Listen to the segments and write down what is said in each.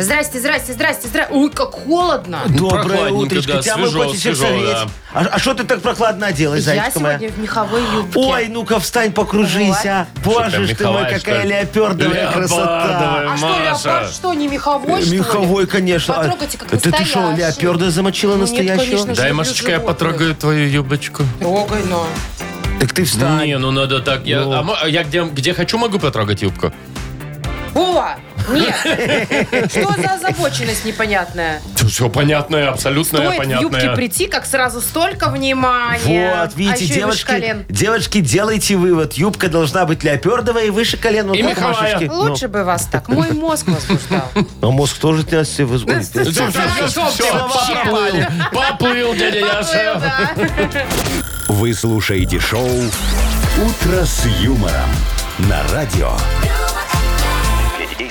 Здрасте, здрасте, здрасте, здрасте. Ой, как холодно. Доброе прохладненько, утречко. да, Тебя свежо, мы хотим свежо, согреть. да. А что ты так прокладно оделась, Я зайчка моя? сегодня в меховой юбке. а? Ой, ну-ка встань, покружись, а. Что, прям Боже ж ты мой, меховая, какая что ли? леопардовая красота. Леопардовая, а что, Маша. леопард, что, не меховой, что ли? Меховой, конечно. А, Потрогайте, как Это ты что, настоящий. леопарда замочила Ну, нет, конечно настоящего? же. Дай, люблю Машечка, я животных. потрогаю твою юбочку. Трогай, ну. но. Так ты встань. Не, ну надо так. Я, Ну. а мо- а я где, где хочу, могу потрогать юбку. О, нет. Что за озабоченность непонятная? Все понятное, абсолютно Стоит в юбке понятное. прийти, как сразу столько внимания. Вот, а видите, еще и выше девочки, колен. девочки, делайте вывод. Юбка должна быть леопердовая и выше колен. Вот И как меховая. Машечки. Ну, Лучше бы вас так. Мой мозг возбуждал. Ну, А мозг тоже тебя все возбудит. Да, Все, все, все, вообще. поплыл. Поплыл, дядя Поплыл, Яша. да. Вы слушаете шоу «Утро с юмором» на радио. Для детей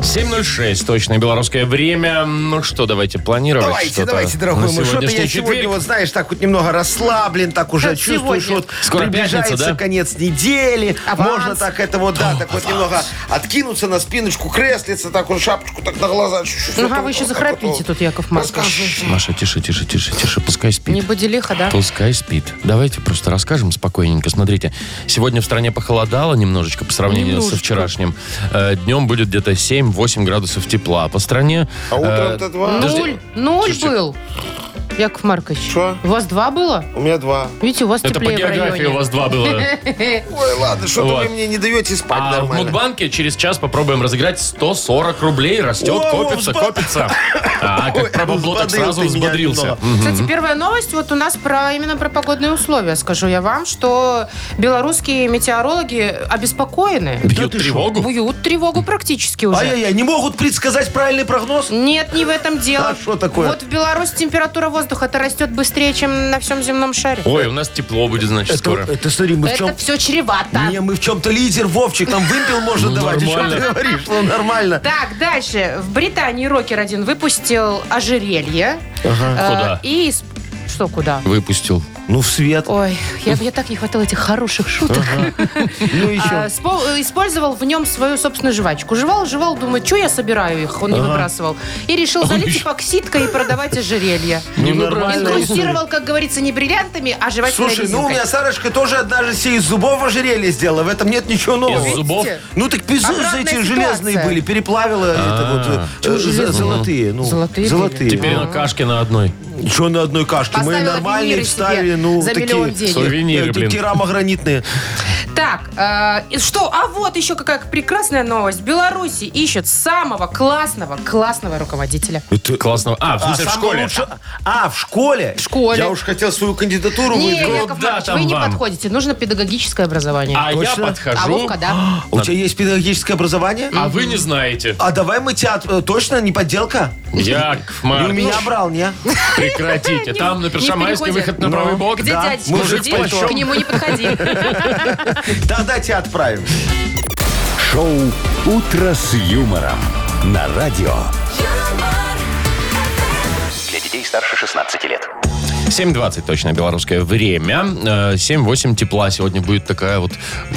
7.06, точное белорусское время. Ну что, давайте планировать Давайте, что-то давайте, на дорогой мой. Что-то сегодняшний я четверг. сегодня, вот знаешь, так вот немного расслаблен, так уже Как чувствую, сегодня. что вот Скоро приближается пятница, да? конец недели. Аванс. Можно так это вот, да, так вот немного откинуться на спиночку, креслиться, так вот шапочку так на глаза. Ну, а вы еще захрапите тут, Яков Маркович. Маша, тише, тише, тише, тише, пускай спит. Не будилиха, да? Пускай спит. Давайте просто расскажем спокойненько. Смотрите, сегодня в стране похолодало немножечко по сравнению Немножечко. со вчерашним. Э, Днем будет где-то 7-8 градусов тепла по стране. Э, А утром-то два. подожди. Нуль. Нуль Слушайте. был. Яков Маркович. Что? У вас два было? У меня два. Видите, у вас Это по теплее в географии районе. у вас два было. Ой, ладно, что-то Вот. вы мне не даете спать А в нормально. Мудбанке через час попробуем разыграть 140 рублей. Растет, О, копится, взбо- копится. А, Ой, как пробабло, так взбодрил сразу ты меня взбодрился. немного. М. Кстати, первая новость вот у нас про именно про погодные условия. Скажу я вам, что белорусские метеорологи обеспокоены. Бьют ты шо? тревогу. Бьют тревогу практически уже. Ай-яй-яй, не могут предсказать правильный прогноз? Нет, не в этом дело. А что такое? Вот в Беларуси температура воздуха-то растет быстрее, чем на всем земном шаре. Ой, ну у нас тепло будет, значит, Это, скоро. это смотри, мы в чем... Это все чревато. Не, мы в чем-то лидер, Вовчик, нам выпил можно Ну, давать. О чем ты нормально. говоришь? Ну, нормально. Так, дальше. В Британии рокер один выпустил ожерелье. Э, Куда? И... исп- Что куда? Выпустил. Ну, в свет. Ой, я, я так не хватало этих хороших шуток. Ну, А, еще. спо- э, использовал в нем свою собственную жвачку. Жевал, жевал, думает, что я собираю их, он не выбрасывал. И решил залить эпоксидкой и продавать ожерелье. Ну, Инкрустировал, как говорится, не бриллиантами, а жевательной Слушай, ну у резинкой. меня Сарочка тоже однажа себе из зубов ожерелье сделала. В этом нет ничего нового. Из зубов? Ну так пизды Обратная эти ситуация. железные были, А, переплавила это вот, э, э, Чего з- железные? золотые. Ну, Золотые Золотые. были? Ну, Теперь на кашке на одной. Что на одной кашке? Мы Поставила нормальные виниры вставили, себе ну, за миллион такие... денег. Сувениры, э, блин. А, Керамогранитные. Так, э, и что? А вот еще какая прекрасная новость. В Беларуси ищут самого классного, классного руководителя. Классно. А, в А, смысле, в самое школе. лучшее- А, в школе? В школе. Я уж хотел свою кандидатуру Не, выдвинуть. Яков Куда Маркович, там вы не вам? подходите. Нужно педагогическое образование. А я Точно? подхожу. А Вовка, да? У тебя есть педагогическое образование? А вы не знаете. А давай мы театр... э, Точно не подделка? Яков И у Маркович, меня брал, не? прекратите. Там на Ну, Не в Першамайской переходе. выход на Ну. правый бок. Где Да, дядечка? мужик Где? пальто. К нему не подходи. Тогда тебя отправим. Шоу «Утро с юмором» на радио. Для детей старше 16 лет. 7.20 точно белорусское время. Э, 7-8 тепла. Сегодня будет такая вот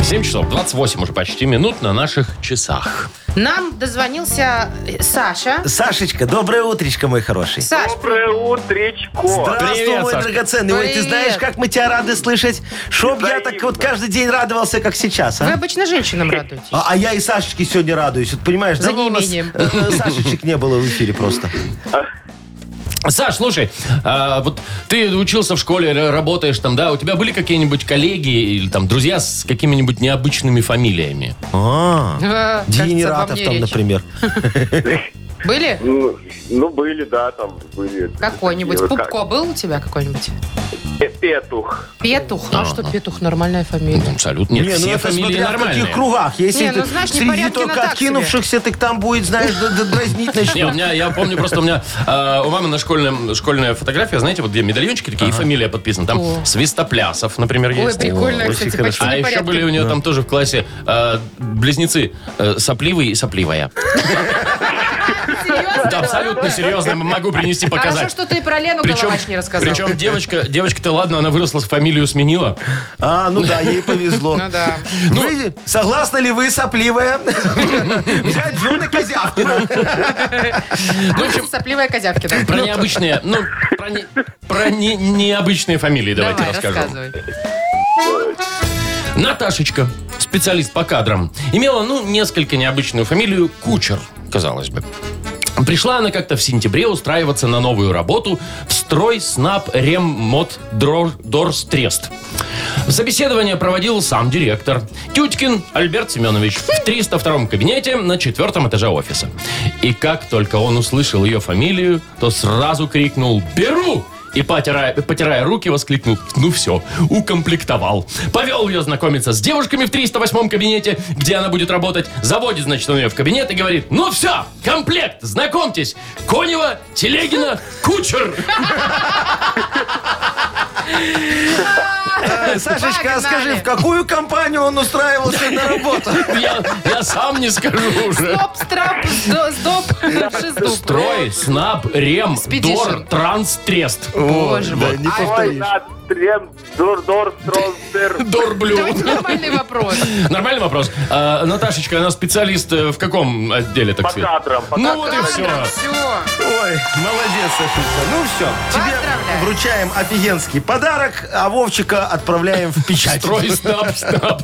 7 часов 28 уже почти минут на наших часах. Нам дозвонился э, Саша. Сашечка, доброе утречко, мой хороший. Саш, Доброе утречко. Здравствуй, Привет, мой Сашка. драгоценный. Ой, ты Привет. знаешь, как мы тебя рады слышать? Чтоб я так вот каждый день радовался, как сейчас, вы а? обычно женщинам радуетесь. А, а я и Сашечке сегодня радуюсь. Вот понимаешь, За давно у нас, неимением. э, Сашечек не было в эфире просто. Саш, слушай, а, вот ты учился в школе, р- работаешь там, да? У тебя были какие-нибудь коллеги или там друзья с какими-нибудь необычными фамилиями? А, Э, кажется, обо Дегенератов мне там, речь. например. Были? Ну, ну, были, да, там были. Какой-нибудь. Такие, Пупко был у тебя какой-нибудь? как- Пе- Петух. Петух. А что Петух? Нормальная фамилия. Абсолютно. Нет, Не, ну все это фамилии смотря в нормальные. каких кругах. Если Не, ну, ты знаешь, среди непорядки на только так себе. откинувшихся, ты там будет, знаешь, д- д- дразнить Не, у начнет. меня, я помню, просто у меня э, у мамы на школьном, школьная фотография, знаете, вот где медальончики такие, и фамилия подписана. Там О. Свистоплясов, например, Ой, есть. прикольно, очень кстати, хорошо. почти А еще непорядки. были у нее там тоже в классе э, близнецы э, сопливый и сопливая. Серьезно? Да, абсолютно серьезно, могу принести Хорошо, показать. что ты про Лену Головач не рассказал. причем девочка, девочка-то ладно, она выросла, фамилию сменила. А, ну да, ей повезло. Ну да. Вы- Согласны ли вы, сопливая? Взять Джуна Козявкина. Ну, в общем, Сопливая козявки, да. про необычные, ну, про, не- про не- необычные фамилии давайте Давай, расскажем. рассказывай. Наташечка, специалист по кадрам, имела, ну, несколько необычную фамилию Кучер, казалось бы. Пришла она как-то в сентябре устраиваться на новую работу в строй снап рем мод Дро- дорс трест. Собеседование проводил сам директор. Тюткин Альберт Семенович в 302 кабинете на четвертом этаже офиса. И как только он услышал ее фамилию, то сразу крикнул «Беру!» И, потирая, потирая руки, воскликнул, ну все, укомплектовал. Повел ее знакомиться с девушками в 308 кабинете, где она будет работать. Заводит, значит, он ее в кабинет и говорит, ну все, комплект, знакомьтесь, Конева, Телегина, Кучер. Сашечка, а Погнали. скажи, в какую компанию он устраивался на работу? Я, я сам не скажу уже. Стоп, страп, сдо- сдоп, шиздуп. Строй, снаб, рем, Спидишн. дор, транс, трест. Боже мой. не Ой, на трем, дур, дур, трон, дыр. Дорблю. Давайте нормальный вопрос. Нормальный вопрос. А, Наташечка, она специалист э, в каком отделе, так По сказать? кадрам. по Ну вот кадрам. и все. Все. Ой, молодец, Сашечка. Ну все, тебе Поздравляю. вручаем офигенский подарок, а Вовчика отправляем в печать. Строй, снаб, снаб.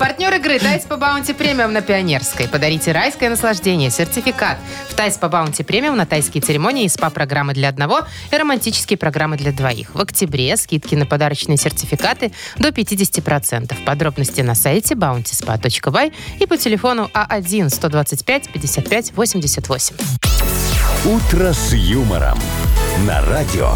Партнер игры Тайс по Баунти Премиум на Пионерской. Подарите райское наслаждение, сертификат. В Тайс по Баунти Премиум на тайские церемонии и СПА-программы для одного и романтические программы для двоих. В октябре скидки на подарочные сертификаты до 50%. Подробности на сайте bountyspa.by и по телефону А А1-125-55-88. «Утро с юмором» на радио.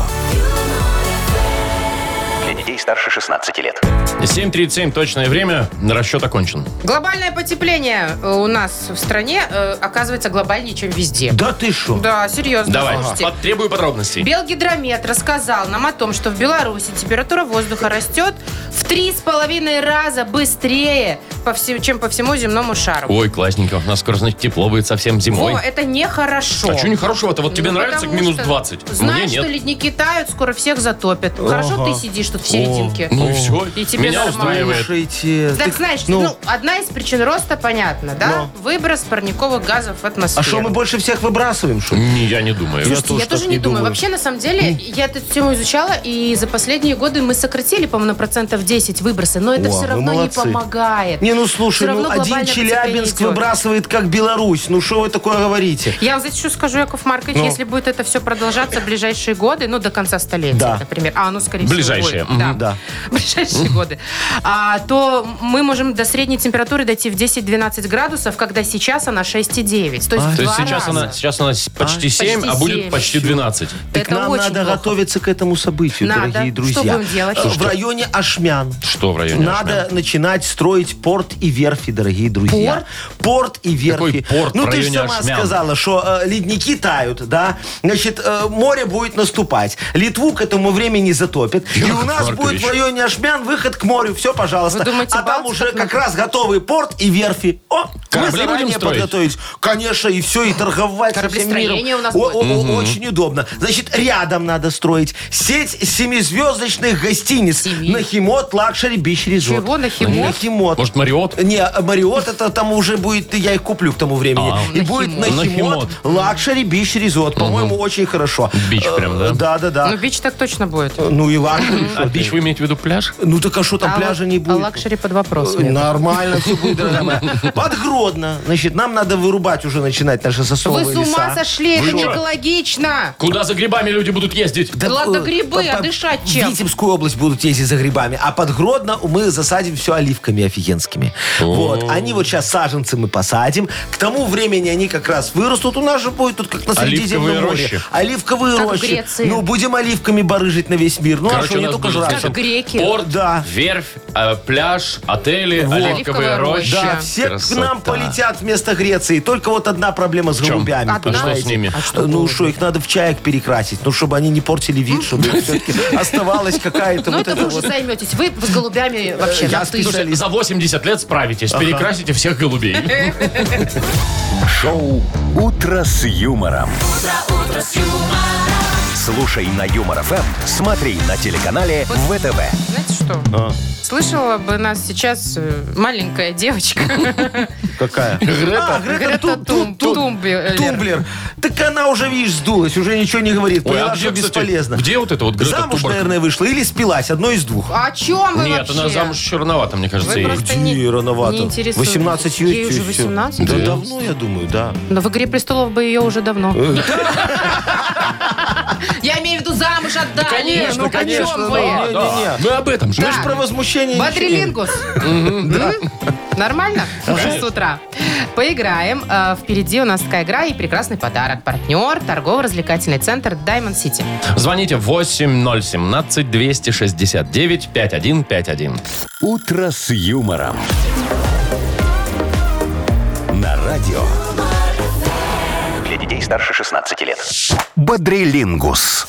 Для детей старше 16 лет. 7.37 точное время. Расчет окончен. Глобальное потепление э, у нас в стране э, оказывается глобальнее, чем везде. Да ты что? Да, серьезно. Давай, слушайте. под- требую подробностей. Белгидромет рассказал нам о том, что в Беларуси температура воздуха растет в три с половиной раза быстрее, по всем- чем по всему земному шару. Ой, классненько. У нас скоро, значит, тепло будет совсем зимой. Во, это нехорошо. А что нехорошего-то? Вот тебе Ну, нравится к потому минус что 20? Мне Знаешь, что нет. ледники тают, скоро всех затопят. Хорошо ты сидишь тут в серединке. Ну и все. И тебе Меня нормально. устраивает. Слушайте, Так ты- знаешь, ну, одна из причин роста понятно, да? Выброс парниковых газов в атмосферу. Ну. а что мы больше всех выбрасываем, что ли? Не, я не думаю. Я Слушайте, я, тоже тоже так не не думаю. думаю. Вообще, на самом деле, я эту тему изучала, и за последние годы мы сократили, по-моему, на процентов 10 выбросы, но это О, все вы равно молодцы. не помогает. Не, ну Всё слушай, равно ну один глобальное Челябинск потепление идет. выбрасывает как Беларусь. Ну что вы такое говорите? Я вам, знаете, что скажу, Яков Маркович, Ну. если будет это все продолжаться в ближайшие годы, ну, до конца столетия, Да. например, а оно, скорее Ближайшие, всего, будет, да. мгм, да. ближайшие годы, а, то мы можем до средней температуры дойти в 10-12 градусов, когда сейчас она 6,9. То есть, А? в То есть два сейчас раза. она, сейчас она с- почти 7, а Почти будет семь. почти 12. Так это нам очень надо плохо. готовиться к этому событию, Надо. дорогие Что друзья. будем делать? Э, В Слушайте. районе Ашмян. Что в районе? Надо Ашмян? начинать строить порт и верфи, дорогие друзья. Порт? и Какой верфи. порт ну, в ты же районе сама Ашмян? сказала, что э, ледники тают, да? Значит, э, море будет наступать. Литву к этому времени затопит. и Яков у нас Маркович. будет в районе Ашмян выход к морю. Все, пожалуйста. Вы думаете, а там Балтика уже как находится? раз готовый порт и верфи. О, Корабли мы заранее будем строить? подготовились. Конечно, и все, и торговать со всем миром. Кораблестроение у нас О, будет. о, о, Очень удобно. Значит, рядом надо строить сеть семизвездочных гостиниц. Семи. Нахимот, лакшери, бич, Резорт. Чего, Нахимот? Нахимот. Может, Мариот? Не, Мариот это там уже будет, я их куплю к тому времени. А. И будет Нахимот. Нахимот, лакшери, бич, Резорт. По-моему, очень хорошо. Э, Бич прям, да? Да, да, Ну, да. бич так точно будет. Ну и лакшери. А бич вы имеете в виду пляж? Ну так а что там, А пляжа лак- не А будет? Э, лакшери под вопросом. я Нормально все будет, дорогая моя. Под Гродно. Значит, нам надо вырубать уже начинать наши Вы сосновые с ума леса. сошли, Вы это не что? экологично. Куда за грибами люди будут ездить? Да, Ладно, э, грибы, по- а по- дышать чем? В Витебскую область будут ездить за грибами, а под Гродно мы засадим все оливками офигенскими. Вот, они вот сейчас саженцы мы посадим, к тому времени они как раз вырастут, у нас же будет тут как на Оливковые Средиземном море. рощи. Оливковые Как в рощи. Греции. Ну, будем оливками барыжить на весь мир. Ну, а Короче, что, у не нас только будет жрать. Как греки. порт, Да. верфь, э, пляж, отели, Во. оливковая Оливковая роща. роща. Да, все к нам Красота. полетят вместо Греции. Только вот одна проблема с чем? голубями. Одна? А что с понимаете? ними? А что ну голуби? что, их надо в чаек перекрасить, ну чтобы они не портили вид, чтобы все-таки оставалась какая-то Ну, вот это эта вы уже вот... займетесь. Вы с голубями вообще Я на ты. специалист. Слушай, За 80 лет справитесь, перекрасите всех голубей. Шоу «Утро с юмором». Слушай на Юмор ФМ, смотри на телеканале ВТВ. Знаете что? Слышала бы нас сейчас э, маленькая девочка. Какая? Грета. А, Грета Грета Тун- Тун- Тум- Тун- Тумблер. Тумблер. Так она уже, видишь, сдулась, уже ничего не говорит. Ой, а Поняла, где, что кстати, бесполезно. где вот эта вот Грета Замуж, Тумберг? наверное, вышла или спилась. Одно из двух. О чем вы Нет, вообще? она замуж еще рановато, мне кажется, Вы ей. просто Где не, рановато? не интересуетесь. 18 есть, Ей и уже всё. 18? Да Да. давно, я думаю, да. Ну, Но в «Игре престолов» бы ее уже давно. Я имею в виду замуж отдали. Конечно, Ну, о чем конечно, вы? да, Не, да. не, не. Мы об этом же. Мы ж про возмущение Бодрилингус. М? Нормально? Уже с утра. Поиграем. Э, Впереди у нас такая игра и прекрасный подарок. Партнер, торгово-развлекательный центр Diamond City. Звоните 8017-269-5151. «Утро с юмором». На радио Для детей старше 16 лет. «Бодрилингус».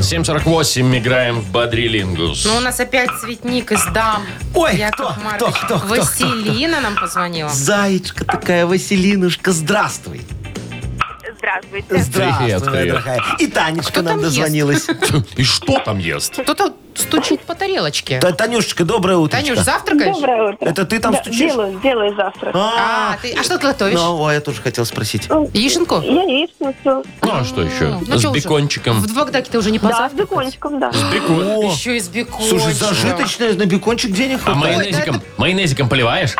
748 играем в Бодрилингус. Ну, у нас опять цветник из дам. Ой, Яков кто, Маркович. кто, кто, кто, Василина нам позвонила. Заячка такая, Василинушка, здравствуй. Здравствуйте. Здравствуй, Привет, моя привет. дорогая. И Танечка Кто нам там ест? дозвонилась. И что там ест? Кто-то стучит по тарелочке. Та- Танюшечка, доброе утро. Танюш, завтракаешь? Доброе утро. Это ты там Да, стучишь? Делаю, делаю завтрак. А, ты, а что ты готовишь? Ну, о, я тоже хотел спросить. Яишенку? Ну, Яичницу. а что еще? Ну, С чё уже? бекончиком. В Багдаке ты уже не Да, с позавтракал? бекончиком, да. Бекон. О, Еще и с бекончиком. слушай, зажиточная, на бекончик денег А хватает. майонезиком, майонезиком поливаешь?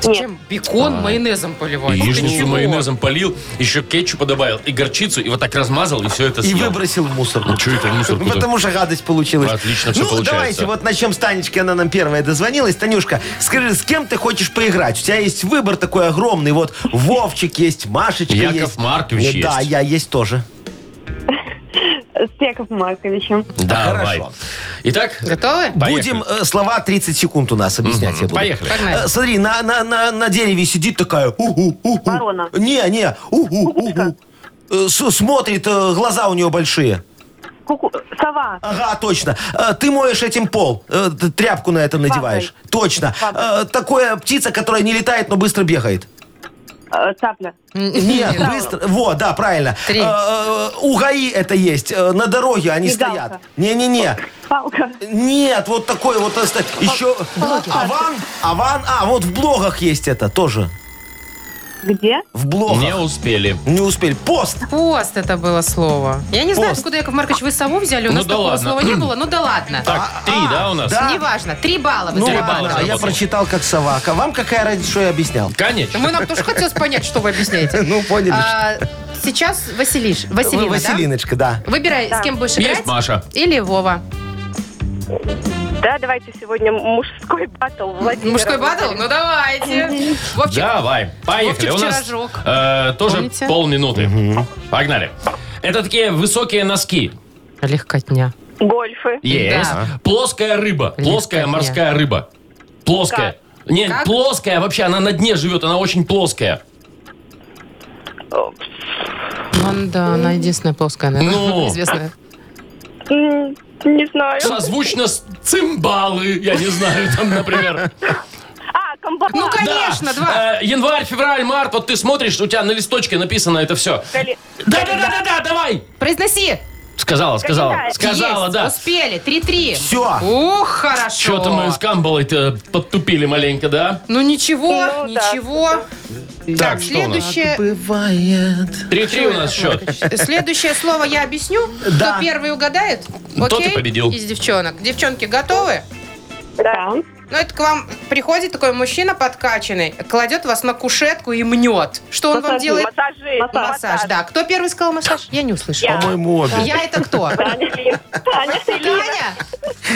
Ты чем бекон майонезом И поливаешь? Яичницу Ничего. майонезом полил, еще кетчупа добавил, и горчицу, и вот так размазал, и все это И съел. выбросил в мусорку. Ну, чё это в мусорку-то? Ну, Потому что гадость получилась. Отлично всё ну, получается. давайте вот начнем с Танечки. Она нам первая дозвонилась. Танюшка, скажи, с кем ты хочешь поиграть? У тебя есть выбор такой огромный. Вот Вовчик есть, Машечка Яков есть. Маркович Да, есть. я есть тоже. С Яковом Марковичем. Давай. А, Хорошо. Итак, Готовы? поехали. Будем э, слова 30 секунд у нас объяснять. я буду. Поехали. Погнали. Э, Смотри, на, на, на, на дереве сидит такая. уху, уху. Ворона. Не, не. уху, уху. Э, с- Смотрит, э, глаза у нее большие. Куку... Сова. Ага, точно. Э, Ты моешь этим пол. Э, т- Тряпку на это надеваешь. Точно. Бабой. Э, Такое птица, которая не летает, но быстро бегает. э, Цапля. Нет, быстро. Вот, да, правильно. Три. Э, э, У ГАИ это есть. Э, На дороге они Мигалка. стоят. Не-не-не. Палка. Нет, вот такой вот э, ста- еще. Аван, Аван, а, вот в блогах есть это тоже. Где? В блогах. Не успели. Не успели. Пост. Пост это было слово. Я не знаю, Пост. откуда, Яков Маркович, вы сову взяли. У Ну нас да такого ладно. слова не было. Ну да ладно. Так, три, да, у нас? А, да. Неважно. Три балла. вы Ну заработали. балла ладно, а я заработал. прочитал как собака. Вам какая разница, что я объяснял? Конечно. Мы нам тоже хотелось понять, что вы объясняете. Ну, поняли. А, Сейчас Василиш. Вы Василина, да? Василиночка, да. Выбирай, с кем будешь играть. Есть Маша. Или Вова. Да, давайте сегодня мужской батл. Владимир. Мужской батл? Ну давайте. Вовчик, Давай, поехали. Вовчик У нас Пирожок. э, тоже Помните? полминуты. Погнали. Это такие высокие носки. Легкотня. Гольфы. Есть. Плоская рыба. Плоская Легкотня. морская рыба. Плоская. Нет, Как? плоская вообще, она на дне живет, она очень плоская. Э, Он, да, она единственная плоская, наверное, Ну. известная. м, Не знаю. Созвучно с цимбалы, я не знаю, там, например. А, камбала. Ну, Да. конечно, Э, два. январь, февраль, март, вот ты смотришь, у тебя на листочке написано это все. Кали- Да-да-да-да-да, давай! Произноси. Сказала, сказала. Календарь. Сказала, Есть, да. Успели. Три-три. Все. Ух, хорошо. Что-то мы с Камбалой-то подтупили маленько, да? Ну ничего, Ну, да. ничего. Так, что у нас? Следующее, Бывает. 3-3 у нас счет. следующее слово я объясню. Да. Кто первый угадает, Тот и окей, победил. из девчонок. Девчонки готовы? Да. Ну, это к вам приходит такой мужчина подкачанный, кладет вас на кушетку и мнет. Что он вам Массажи. делает? Массажи. Массаж, да. Кто первый сказал массаж? Я не услышала. Я. По-моему, обе. Я это кто? Таня Лин. Таня Лин. Таня?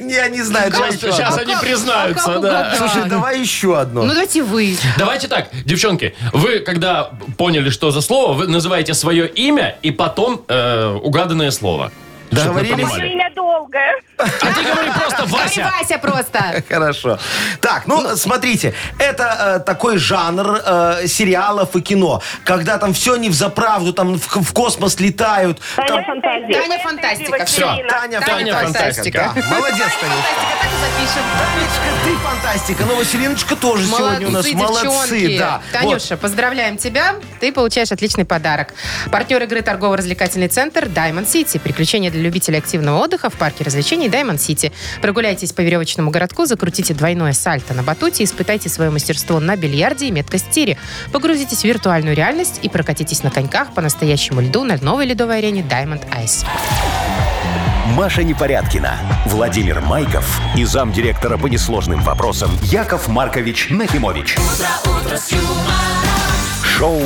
Я не знаю, Сейчас- давай еще Сейчас одно. они как- а признаются, как да. угадать? Слушай, давай еще Ну, одно. давайте вы. Давайте так, девчонки, вы когда поняли, что за слово, вы называете свое имя и потом э, угаданное слово. Да, Договорились? Мое имя долгое. А ты говори просто Говори, Вася. Вася просто. Хорошо. Так, ну, смотрите, это э, такой жанр э, сериалов и кино, когда там все не взаправду, там в, в космос летают. Таня там- фантазия. Таня фантастика. Всё. Таня, Таня фантастика. Да, Молодец, Танюш. Фантастика, так и запишем. Танечка, ты фантастика. Ну, Василиночка тоже сегодня у нас. девчонки. Молодцы, да. Вот. Танюша, поздравляем тебя. Ты получаешь отличный подарок. Партнер игры торгово-развлекательный центр Diamond City. Приключения для любителей активного отдыха в парке развлечений Diamond City. Прогуляйтесь по веревочному городку, закрутите двойное сальто на батуте, испытайте свое мастерство на бильярде и меткость тире. Погрузитесь в виртуальную реальность и прокатитесь на коньках по настоящему льду на новой ледовой арене Diamond Ice. Маша Непорядкина, Владимир Майков и замдиректора по несложным вопросам Яков Маркович Нахимович. Шоу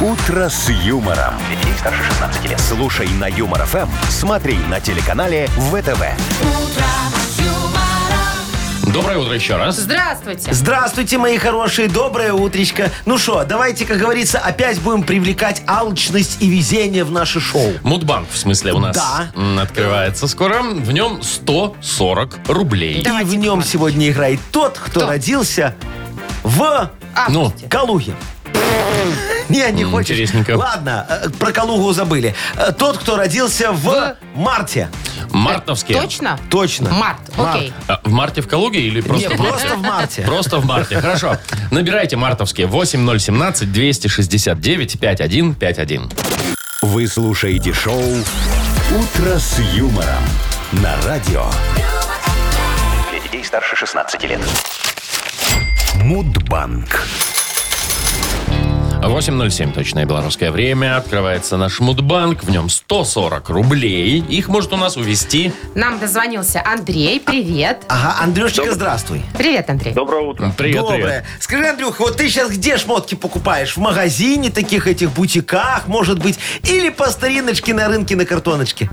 Утро с юмором. Детей старше 16 лет. Слушай на юмор ФМ, смотри на телеканале ВТВ. Доброе утро еще раз. Здравствуйте. Здравствуйте, мои хорошие, доброе утречко. Ну что, давайте, как говорится, опять будем привлекать алчность и везение в наше шоу. Мудбанк, в смысле, у нас Да. м, открывается скоро. В нем 140 рублей. И в нем сегодня играет тот, кто, Кто? родился в А, Ну, Калуге. Не, не хочешь. интересненько. Ладно, э, про Калугу забыли. Э, Тот, кто родился в марте. мартовские. Точно? Точно. Март. Окей. А, В марте в Калуге или просто Не, в марте? просто в марте. Просто в марте. Хорошо. Набирайте мартовские 8017-269-5151. Вы слушаете шоу Утро с юмором на радио Для детей старше 16 лет. Мудбанк. 8.07 точное белорусское время. Открывается наш мудбанк. В нем 140 рублей. Их может у нас увести. Нам дозвонился Андрей. Привет. Ага, Андрюшечка, здравствуй. Привет, Андрей. Доброе утро. Привет, Доброе. привет. Скажи, Андрюх, вот ты сейчас где шмотки покупаешь? В магазине таких этих бутиках, может быть, или по стариночке на рынке на картоночке?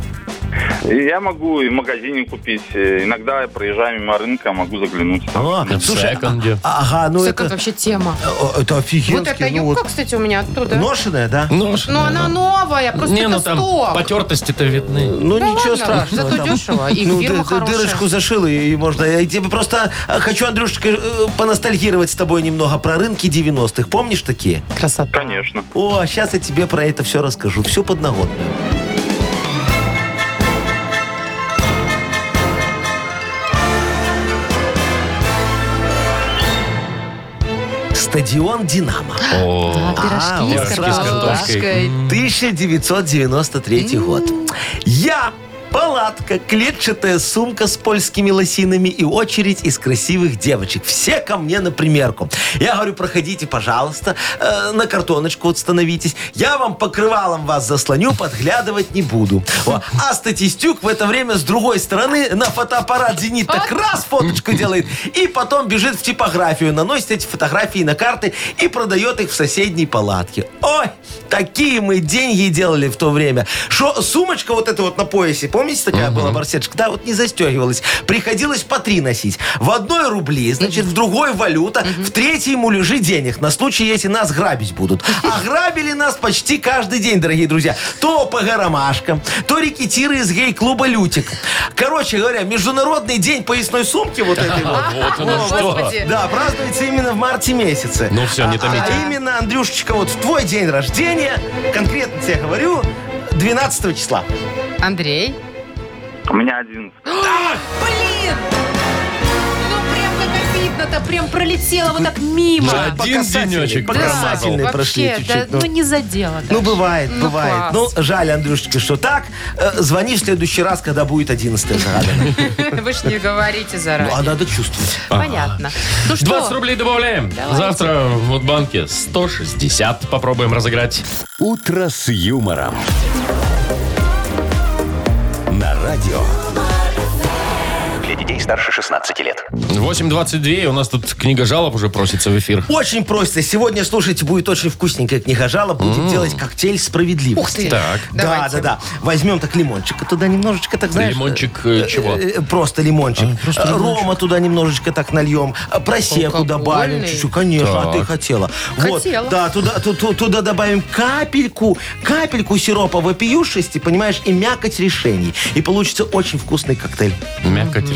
Я могу и в магазине купить. э, Иногда я проезжаю мимо рынка, могу заглянуть. А, В секонде. а- ага, ну Всё, это, как вообще тема. э, это офигенский. Вот эта ну юбка, кстати, у меня оттуда. Ношеная, да? Нож. Но она новая, просто Ну Не, ну там косток. потертости-то видны. Ну, Да ничего ладно, страшного. зато там. дешево, и ну, фирма ды- ды- хорошая. дырочку зашила, и, и можно. Я тебе просто э, хочу, Андрюшечка, э, поностальгировать с тобой немного про рынки 90-х. Помнишь такие? Красота. Конечно. О, сейчас я тебе про это все расскажу. Всю подноготную. Стадион «Динамо». О, А, Пирожки вот с пирожки с картошкой. 1993 год. Я Палатка, клетчатая сумка с польскими лосинами и очередь из красивых девочек. Все ко мне на примерку. Я говорю, проходите, пожалуйста, э, на картоночку вот становитесь. Я вам покрывалом вас заслоню, подглядывать не буду. Во. А статистюк в это время с другой стороны на фотоаппарат «Зенит» так раз фоточку делает и потом бежит в типографию, наносит эти фотографии на карты и продает их в соседней палатке. Ой, такие мы деньги делали в то время. Что сумочка вот эта вот на поясе, помните, такая была барсеточка? Да, вот не застегивалась. Приходилось по три носить. В одной рубли, значит, в другой валюта, в третьей муляжи денег на случай, если нас грабить будут. А грабили нас почти каждый день, дорогие друзья. То по гарамашкам, то рекетиры из гей-клуба «Лютик». Короче говоря, Международный день поясной сумки вот этой вот. вот оно О, что. господи. Да, празднуется именно в марте месяце. Ну всё, не А- томите. А именно, Андрюшечка, вот в твой день рождения, конкретно тебе говорю, 12 числа. Андрей? У меня один. Блин! Ну прям как обидно-то, прям пролетело вот так мимо. Да, Один денечек По касательной вообще, прошли да, чуть-чуть. ну ну. не задело. даже. Ну, бывает, Ну, бывает. класс. Ну, жаль, Андрюшечка, что так. Э, Звони в следующий раз, когда будет 11 загадано. Вы ж не говорите Ну, а заранее. надо чувствовать. Понятно. Ну что? 20 рублей добавляем. Давайте. Завтра в Мудбанке 160 попробуем разыграть. «Утро с юмором». На радио. Для детей старше 16 лет. 8.22, и у нас тут книга жалоб уже просится в эфир. Очень просто. Сегодня, слушайте, будет очень вкусненькая книга жалоб. Будем делать коктейль Ух справедливости. ты. Так. Да, Давайте. да, да. Возьмем так лимончика туда немножечко, так знаешь. Лимончик э, чего? Э, Просто лимончик. А, просто Э, лимончик. Рома туда немножечко так нальем. а, Просеку Алкогольный? добавим чуть-чуть. Конечно, а ты Так. хотела. Вот, Хотела. да, туда, ту- ту- туда добавим капельку, капельку сиропа вопиюшести, понимаешь, и мякоть решений. И получится очень вкусный коктейль. Мякоть решения.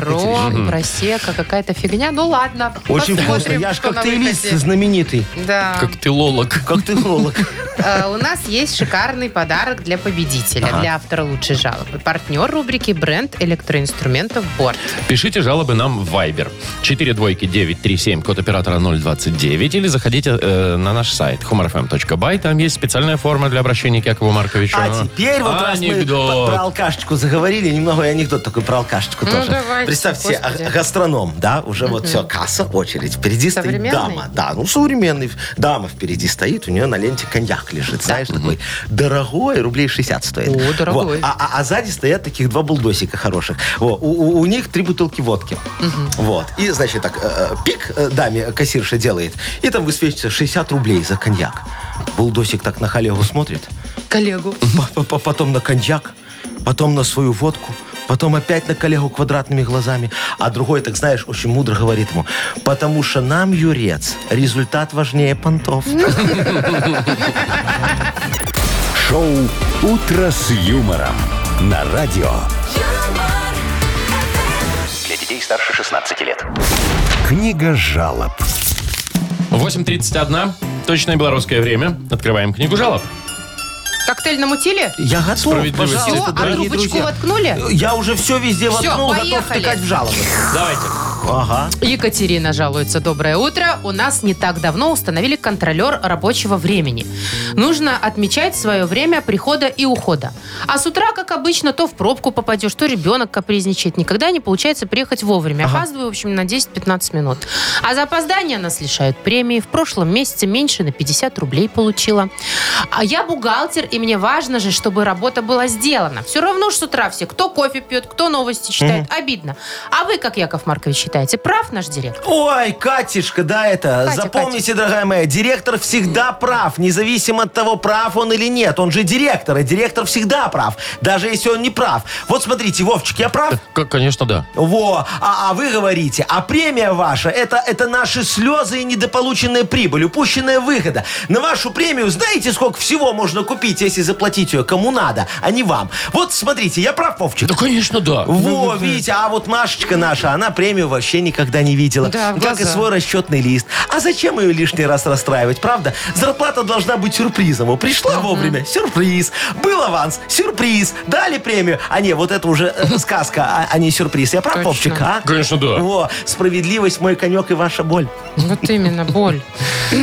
Ром, просека, какая-то фигня. Ну ладно. Очень посмотрим, вкусно. Я ж что на коктейлист выходе. знаменитый. Да. Как пилолог. Как ты, фролог. Э, У нас есть шикарный подарок для победителя, для автора лучшей жалобы. Партнер рубрики бренд электроинструментов Борт. Пишите жалобы нам в Viber. 4 двойки 937, код оператора 029. Или заходите э, на наш сайт humorfm.by. Там есть специальная форма для обращения к Якову Марковичу. А теперь вот раз мы Анекдот. про алкашечку заговорили, немного и анекдот такой про алкашечку Ну, тоже. давайте, Представьте, себе, господи. а- гастроном, да, уже вот все, касса, очередь. Впереди стоит Современный? дама. Да, ну современный. Дама впереди стоит, у нее на ленте коньяк лежит, знаешь, такой дорогой, рублей 60 стоит. О, дорогой. Во, А, а- а сзади стоят таких два булдосика хороших. Во, у, у- у них три бутылки водки. Вот. И, значит, так, э, э, пик э, даме кассирша делает, и там высвечивается 60 рублей за коньяк. Булдосик так на халегу смотрит, Коллегу. П- п- Потом на коньяк, потом на свою водку, потом опять на коллегу квадратными глазами. А другой, так знаешь, очень мудро говорит ему, потому что нам, юрец, результат важнее понтов. Ну. Шоу «Утро с юмором». На радио. Для детей старше 16 лет. Книга жалоб. 8.31, точное белорусское время. Открываем книгу жалоб. Коктейль намутили? Я готов, Справедливости Все, пожалуйста, а дорогие трубочку друзья. воткнули? Я уже все везде Всё, воткнул, готов поехали. втыкать в жалобы. Давайте. Ага. Екатерина жалуется. Доброе утро. У нас не так давно установили контролер рабочего времени. Нужно отмечать свое время прихода и ухода. А с утра, как обычно, то в пробку попадешь, то ребенок капризничает. Никогда не получается приехать вовремя. Опаздываю, в общем, на 10-15 минут. А за опоздание нас лишают премии. В прошлом месяце меньше на 50 рублей получила. А я бухгалтер, и мне важно же, чтобы работа была сделана. Все равно ж с утра все, кто кофе пьет, кто новости читает. Обидно. А вы, как Яков Маркович, считаете? считаете, прав наш директор? Ой, Катишка, да, это, Катя, запомните, дорогая моя, директор всегда прав, независимо от того, прав он или нет. Он же директор, а директор всегда прав, даже если он не прав. Вот смотрите, Вовчик, я прав? Как, конечно, да. Во, а, а вы говорите, а премия ваша это, это наши слезы и недополученная прибыль, упущенная выгода. На вашу премию знаете, сколько всего можно купить, если заплатить ее кому надо, а не вам. Вот смотрите, я прав, Вовчик. Да, конечно, да. Ну, Во, видите, а вот Машечка наша, она премию вообще никогда не видела. Да, в как и глаза. свой расчетный лист. А зачем ее лишний раз расстраивать, правда? Зарплата должна быть сюрпризом. Вот Пришла вовремя, сюрприз. Был аванс, сюрприз. Дали премию. А не, вот это уже э, сказка, а, а не сюрприз. Я прав, Точно. Вовчик, а? Конечно, да. Во, справедливость мой конек и ваша боль. Вот именно, боль.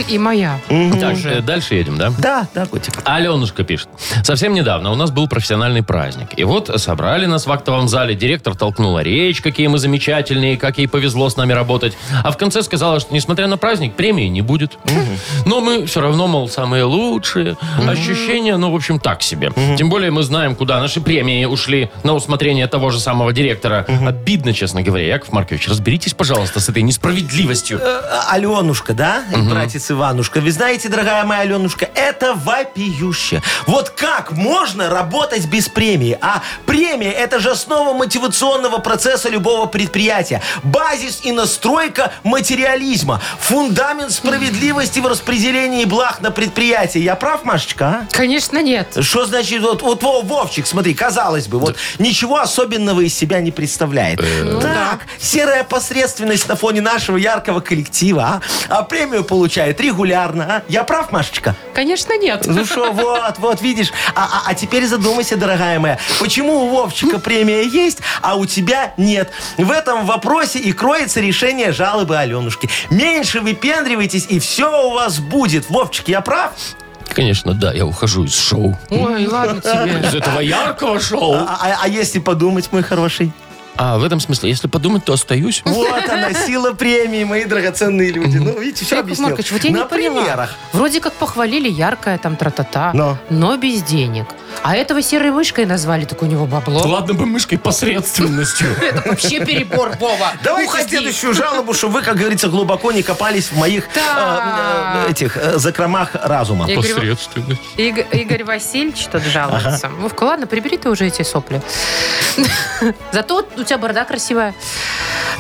И моя. Так, э, дальше едем, да? Да, да, котик. Аленушка пишет. Совсем недавно у нас был профессиональный праздник. И вот собрали нас в актовом зале. Директор толкнула речь, какие мы замечательные, как ей повезло с нами работать. А в конце сказала, что несмотря на праздник, премии не будет. Но мы все равно, мол, самые лучшие. Ощущения, ну, в общем, так себе. Тем более мы знаем, куда наши премии ушли на усмотрение того же самого директора. Обидно, честно говоря. Яков Маркович, разберитесь, пожалуйста, с этой несправедливостью. А- Аленушка, да? И братец Иванушка. Вы знаете, дорогая моя Аленушка, это вопиюще. Вот как можно работать без премии? А премия – это же основа мотивационного процесса любого предприятия. Базис и настройка материализма. Фундамент справедливости в распределении благ на предприятии. Я прав, Машечка, а? Конечно, нет. Что значит, вот, вот Вов- Вовчик, смотри, казалось бы, вот ничего особенного из себя не представляет. Так, серая посредственность на фоне нашего яркого коллектива, а? А премию получает регулярно, а? Я прав, Машечка? Конечно, нет. Ну что, вот, вот, видишь. А, а- а теперь задумайся, дорогая моя, почему у Вовчика премия есть, а у тебя нет? В этом вопросе и кроется решение жалобы Аленушки. Меньше выпендривайтесь, и все у вас будет. Вовчик, я прав? Конечно, да, я ухожу из шоу. Ой, ладно тебе. Из этого яркого шоу. А, а- а если подумать, мой хороший? А, в этом смысле, если подумать, то остаюсь. Вот она, сила премии, мои драгоценные люди. Ну, видите, все Яков объяснил. Маркович, вот я На не поняла. примерах. Вроде как похвалили яркое там тра-та-та, Но. без денег. А этого серой мышкой назвали, так у него бабло. Ладно бы мышкой посредственностью. Это вообще перебор, Вова. Давайте Уходи. следующую жалобу, чтобы вы, как говорится, глубоко не копались в моих Так. э, э, этих э, закромах разума. Игорь, Посредственность. Иго- Игорь Васильевич тут жалуется. Вовка, ладно, прибери ты уже эти сопли. Зато вот у тебя борода красивая.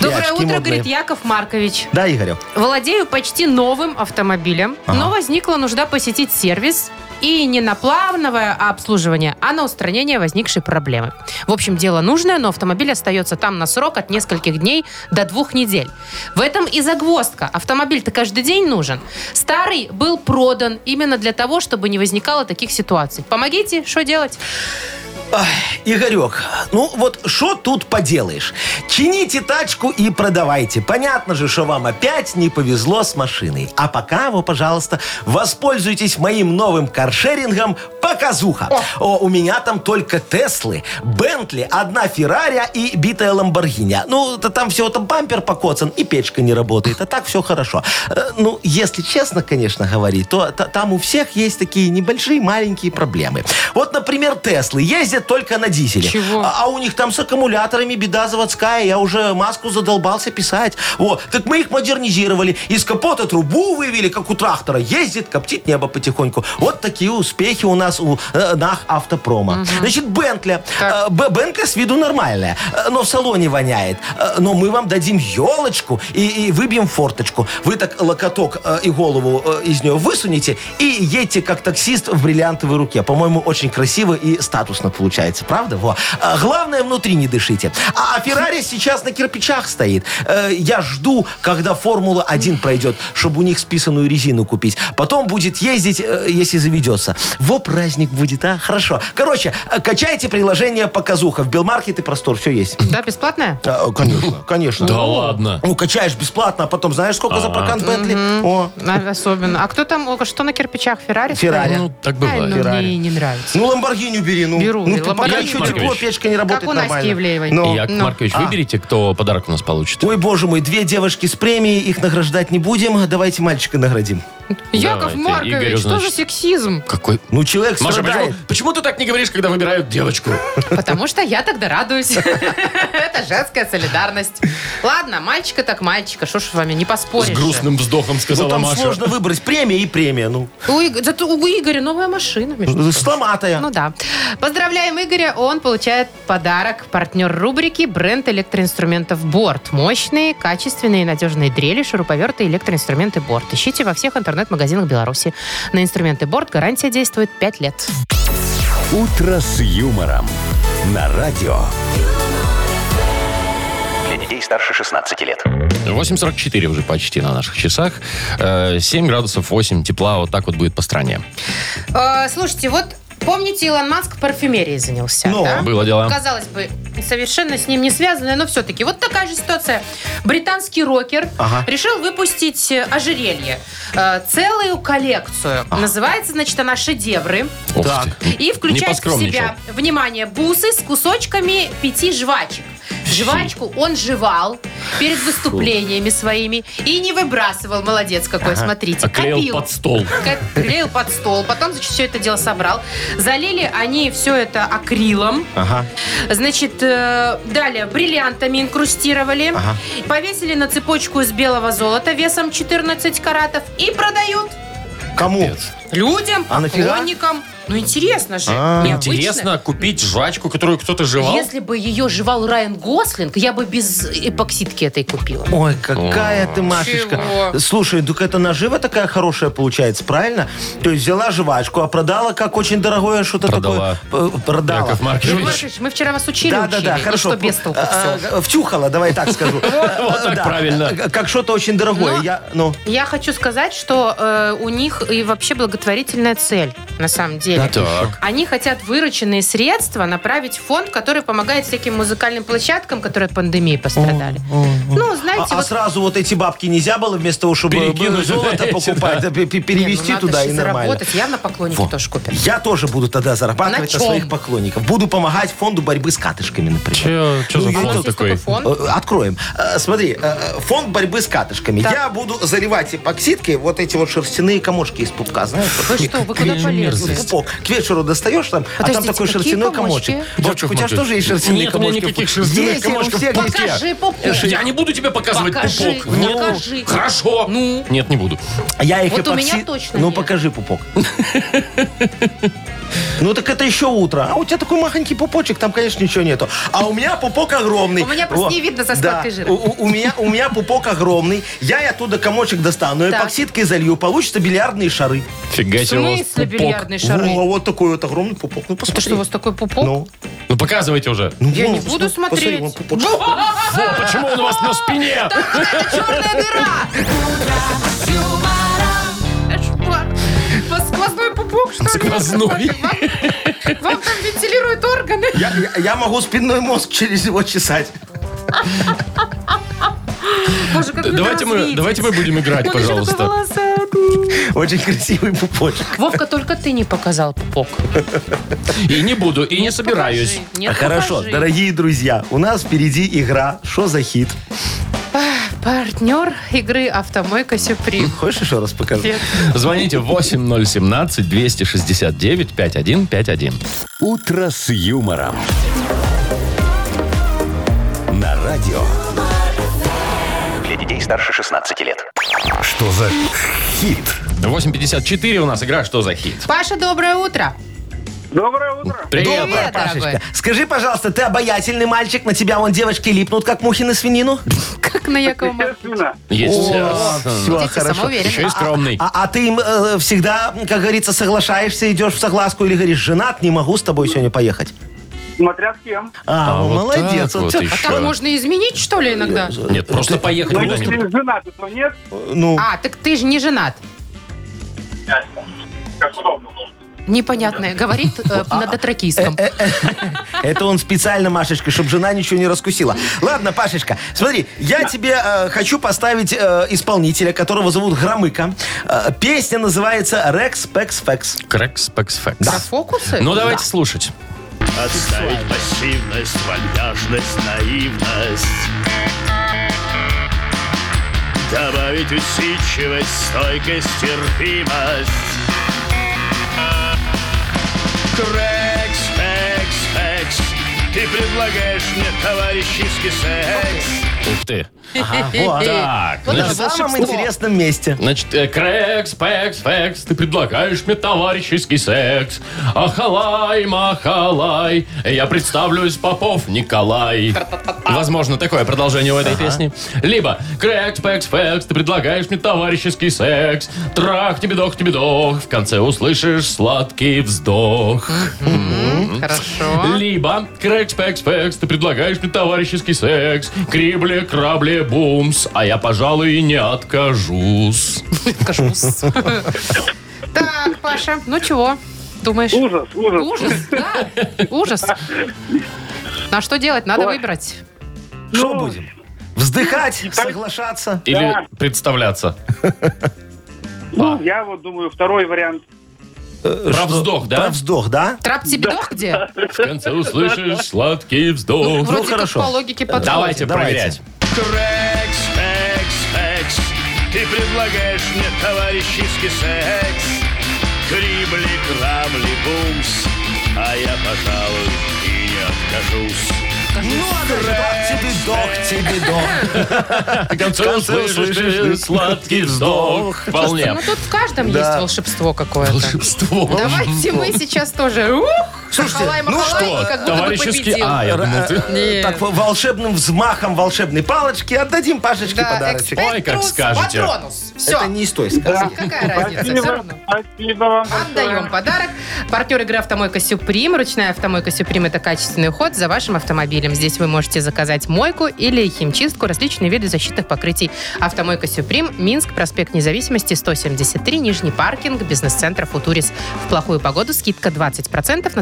Доброе очки утро, модные. говорит Яков Маркович. Да, Игорек? Владею почти новым автомобилем, но возникла нужда посетить сервис и не на плавное обслуживание, а на устранение возникшей проблемы. В общем, дело нужное, но автомобиль остается там на срок от нескольких дней до двух недель. В этом и загвоздка. Автомобиль-то каждый день нужен. Старый был продан именно для того, чтобы не возникало таких ситуаций. Помогите, что делать? Игорек, ну вот что тут поделаешь? Чините тачку и продавайте. Понятно же, что вам опять не повезло с машиной. А пока вы, пожалуйста, воспользуйтесь моим новым каршерингом «Показуха». О, у меня там только Теслы, Бентли, одна Феррари и битая Ламборгини. Ну, то там всего-то бампер покоцан и печка не работает, а так все хорошо. Э, Ну, если честно, конечно, говорить, то та- там у всех есть такие небольшие маленькие проблемы. Вот, например, Теслы ездят только на дизеле. Чего? А, а у них там с аккумуляторами беда заводская. Я уже маску задолбался писать. Вот. Так мы их модернизировали. Из капота трубу вывели, как у трактора. Ездит, коптит небо потихоньку. Вот такие успехи у нас у э, нах автопрома. Значит, Бентли. Э, Б- Бентли с виду нормальная, э, но в салоне воняет. Э, Но мы вам дадим елочку и, и выбьем форточку. Вы так локоток э, и голову э, из нее высунете и едете как таксист в бриллиантовой руке. По-моему, очень красиво и статусно получается, правда? Во. А Главное, внутри не дышите. А, а Феррари сейчас на кирпичах стоит. Э, Я жду, когда Формула-1 пройдет, чтобы у них списанную резину купить. Потом будет ездить, э, если заведется. Во, праздник будет, а? Хорошо. Короче, э, качайте приложение «Показуха». В Белмаркет и Простор все есть. Да, бесплатная? Э, Конечно, конечно. Да ладно. Ну, качаешь бесплатно, а потом знаешь, сколько за прокат Бентли? О, А, Особенно. А кто там, О, что на кирпичах? Феррари? Феррари. Ну, так Ай, ну, бывает. мне и не нравится. Ну, Ламборгини бери, ну. Беру, Ну, беру. пока Ламборгини еще Маркович. тепло, печка не работает у Насти нормально. Ивлеевой. Ну. Яков Ну. Маркович, выберите, кто подарок у нас получит. Ой, боже мой, две девушки с премией, их награждать не будем, давайте мальчика наградим. Яков Давайте, Маркович, Игорю, что же значит. сексизм? Какой... Ну, человек Маша, страдает. почему, почему ты так не говоришь, когда выбирают девочку? Потому что я тогда радуюсь. Это Это женская солидарность. Ладно, мальчика так мальчика, что ж с вами, не С поспоришь. же. грустным вздохом Ну, сказала там Маша. сложно выбрать премия и премия. Ну, У, Иго- зато у Игоря новая машина. между прочим. сломатая. Ну да. Поздравляем Игоря. Он получает подарок. Партнер рубрики бренд электроинструментов Борт. Мощные, качественные, и надежные дрели, шуруповерты, и электроинструменты Борт. Ищите во всех интернет-магазинах Беларуси. На инструменты Борт гарантия действует 5 лет. «Утро с юмором» на радио. Для детей старше 16 лет. 8.44 уже почти на наших часах. Э, 7 градусов 8 тепла. Вот так вот будет по стране. Э, слушайте, вот помните, Илон Маск парфюмерией занялся, Ну. да? Было дело. Казалось бы, совершенно с ним не связанное, но все-таки. Вот такая же ситуация. Британский рокер Ага. решил выпустить э, ожерелье. э, целую коллекцию. Называется, значит, она «Шедевры». Ух Так. ты. И включает в поскромничал. себя, внимание, бусы с кусочками пяти жвачек. Жвачку он жевал перед выступлениями своими и не выбрасывал. Молодец какой, смотрите. А клеил Копил. под стол. Как клеил под стол, потом, значит, все это дело собрал. Залили они все это акрилом. Ага. Значит, э, далее бриллиантами инкрустировали. Ага. Повесили на цепочку из белого золота весом 14 каратов и продают Кому? людям, А нафига? поклонникам. Ну, интересно же. А. необычно. Интересно купить жвачку, которую кто-то жевал. Если бы ее жевал Райан Гослинг, я бы без эпоксидки этой купила. Ой, какая ты, Машечка. Чего? Слушай, так это нажива такая хорошая получается, правильно? То есть взяла жвачку, а продала как очень дорогое что-то Продала. такое. П- Продала. Яков Маркович. Маркович, мы вчера вас учили, Да, да, учили. да, Ну хорошо. что без толку А, все. а, Втюхала, давай так скажу. вот так Да. правильно. Э, Как что-то очень дорогое. Но- Я, ну, Я хочу сказать, что э, у них и вообще благотворительная цель, на самом деле. Да ты Так. шо. Они хотят вырученные средства направить в фонд, который помогает всяким музыкальным площадкам, которые от пандемии пострадали. Ну, А, знаете, а вот... сразу вот эти бабки нельзя было вместо того, чтобы Перекинуть, было золото знаете, покупать, да, пе- пе- Не, ну, перевести надо туда же и нормально. заработать. Явно поклонники тоже купят. Я тоже буду тогда На зарабатывать на, чем? своих поклонников. Буду помогать фонду борьбы с катышками, например. Че, че за Ну, У нас фон есть такой? такой фонд. Э, Откроем. Э, Смотри, э, фонд борьбы с катышками. Так. Я буду заливать эпоксидкой вот эти вот шерстяные комочки из пупка, знаешь? Вы вот. что, вы куда Какая полезли? мерзость. Ну, Пупок. К вечеру достаешь там, а там Подождите, такой какие шерстяной комочки? комочек. Вовчик, у тебя Маркович, же тоже есть шерстяные нет у меня комочки? в никаких пупке? шерстяных Есть, у комочков. всех есть. Покажи попу. Я не буду тебе показывать Покажи, пупок. Нет. покажи. Хорошо. Ну. Нет, не буду. Я их Вот у эпокси- меня точно Ну, нет. покажи пупок. Ну, так это еще утро. А у тебя такой махонький пупочек, там, конечно, ничего нету. А у меня пупок огромный. У меня просто не видно за складкой Да. жира. У, у- у меня, у меня пупок огромный. Я и оттуда комочек достану, Так. эпоксидкой залью. Получится бильярдные шары. Фига В себе у вас смысле пупок. бильярдные шары? Во, вот такой вот огромный пупок. Ну, Ты посмотри. что, у вас такой пупок? Ну, Ну показывайте уже. ну, Я вон, не буду посмотри, посмотри, смотреть. вон пупок. Во, почему он у вас на спине? Это черная дыра! Сквозной пупок, что ли? Сквозной. Вам там вентилируют органы. Я, я- я могу спинной мозг через него чесать. Боже, как вы Давайте нас мы, видите. давайте мы будем играть, Он еще Ну, такой пожалуйста. волосатый. Очень красивый пупочек. Вовка, только ты не показал пупок. И не буду, и не собираюсь. Покажи. Нет, А Хорошо, покажи. дорогие друзья, у нас впереди игра «Шо за хит?». Партнер игры «Автомойка Сюприм». Хочешь еще раз покажу? Нет. Звоните 8017-269-5151. «Утро с юмором». На радио. Для детей старше 16 лет. Что за хит? 8.54 у нас игра «Что за хит?». Паша, доброе утро. Доброе утро. Привет, брат. дорогой. Скажи, пожалуйста, ты обаятельный мальчик, на тебя вон девочки липнут, как мухи на свинину? Как на Якова Марковича. Естественно. Есть. э, все, Видите, самоуверенный. Еще и скромный. А, а ты им э, всегда, как говорится, соглашаешься, идешь в согласку или говоришь, женат, не могу с тобой сегодня поехать. Смотря с кем. А, А ну, вот молодец. так вот всё. еще. А так можно изменить, что ли, иногда? Нет, просто поехать Ну, куда-нибудь. если жена, то нет. Ну, А, так ты же не женат. Как удобно. Непонятно. Говорит э, на дотракийском. э, это он специально, Машечка, чтобы жена ничего не раскусила. Ладно, Пашечка, смотри, я тебе э, хочу поставить э, исполнителя, которого зовут Громыка. Э, песня называется «Рекс Пекс Фекс». Крэкс, пэкс, фэкс. Про фокусы? Ну, давайте слушать. Отставить пассивность, вальяжность, наивность. Добавить усидчивость, стойкость, терпимость. Крекс, экс, экс, Ты предлагаешь мне товарищеский секс. Ух ты. Вот. Так, Вот На значит, это самом волшебство. интересном месте. Значит, э, крекс, пекс, фекс, ты предлагаешь мне товарищеский секс. Ахалай, махалай, я представлюсь, Попов Николай. Возможно, такое продолжение у этой песни. Либо крекс, пекс, фекс, ты предлагаешь мне товарищеский секс. Трах, тебе дох, тебе дох, в конце услышишь сладкий вздох. М, Хорошо. Либо крекс, пекс, пекс, ты предлагаешь мне товарищеский секс. Крибли, крабли, бумс, а я, пожалуй, и не откажусь. Кашус. Так, Паша, ну чего? Думаешь? Ужас, ужас. Ужас, да. Ужас. На что делать? Надо выбрать. Ну. Что будем? Вздыхать, соглашаться. Или Да. представляться. Ну, я вот думаю, второй вариант. Про вздох, Про да? вздох, да? Трап тебе дох где? В конце услышишь сладкий Ну, вздох. Вроде как хорошо. по логике подходит. Давайте давайте. проверять. Крекс, пекс, пекс, ты предлагаешь мне товарищеский секс. Крибли, крабли, бумс, а я, пожалуй, и не откажусь. Надо же, дох Ну, тебе, дох тебе, дох. В конце конце услышишь услышишь сладкий вздох. Вполне. Ну тут в каждом есть Да. волшебство какое-то. Волшебство. Давайте мы сейчас тоже. Ух, Слушайте, махалай, ну махалай, что, и как будто бы Товарищеский победил. А, я думал, ты... Нет. Так волшебным взмахом волшебной палочки отдадим Пашечке Да, подарочек. эксперт. Ой, как экспектрус скажете. патронус. Все. Это не из той сказки. Какая разница? Все Спасибо, равно. спасибо вам большое. Отдаем подарок. Партнер игры «Автомойка Сюприм». Ручная «Автомойка Сюприм» — это качественный уход за вашим автомобилем. Здесь вы можете заказать мойку или химчистку, различные виды защитных покрытий. «Автомойка Сюприм», Минск, проспект Независимости, 173, Нижний паркинг, бизнес-центр «Футурис». В плохую погоду скидка 20% на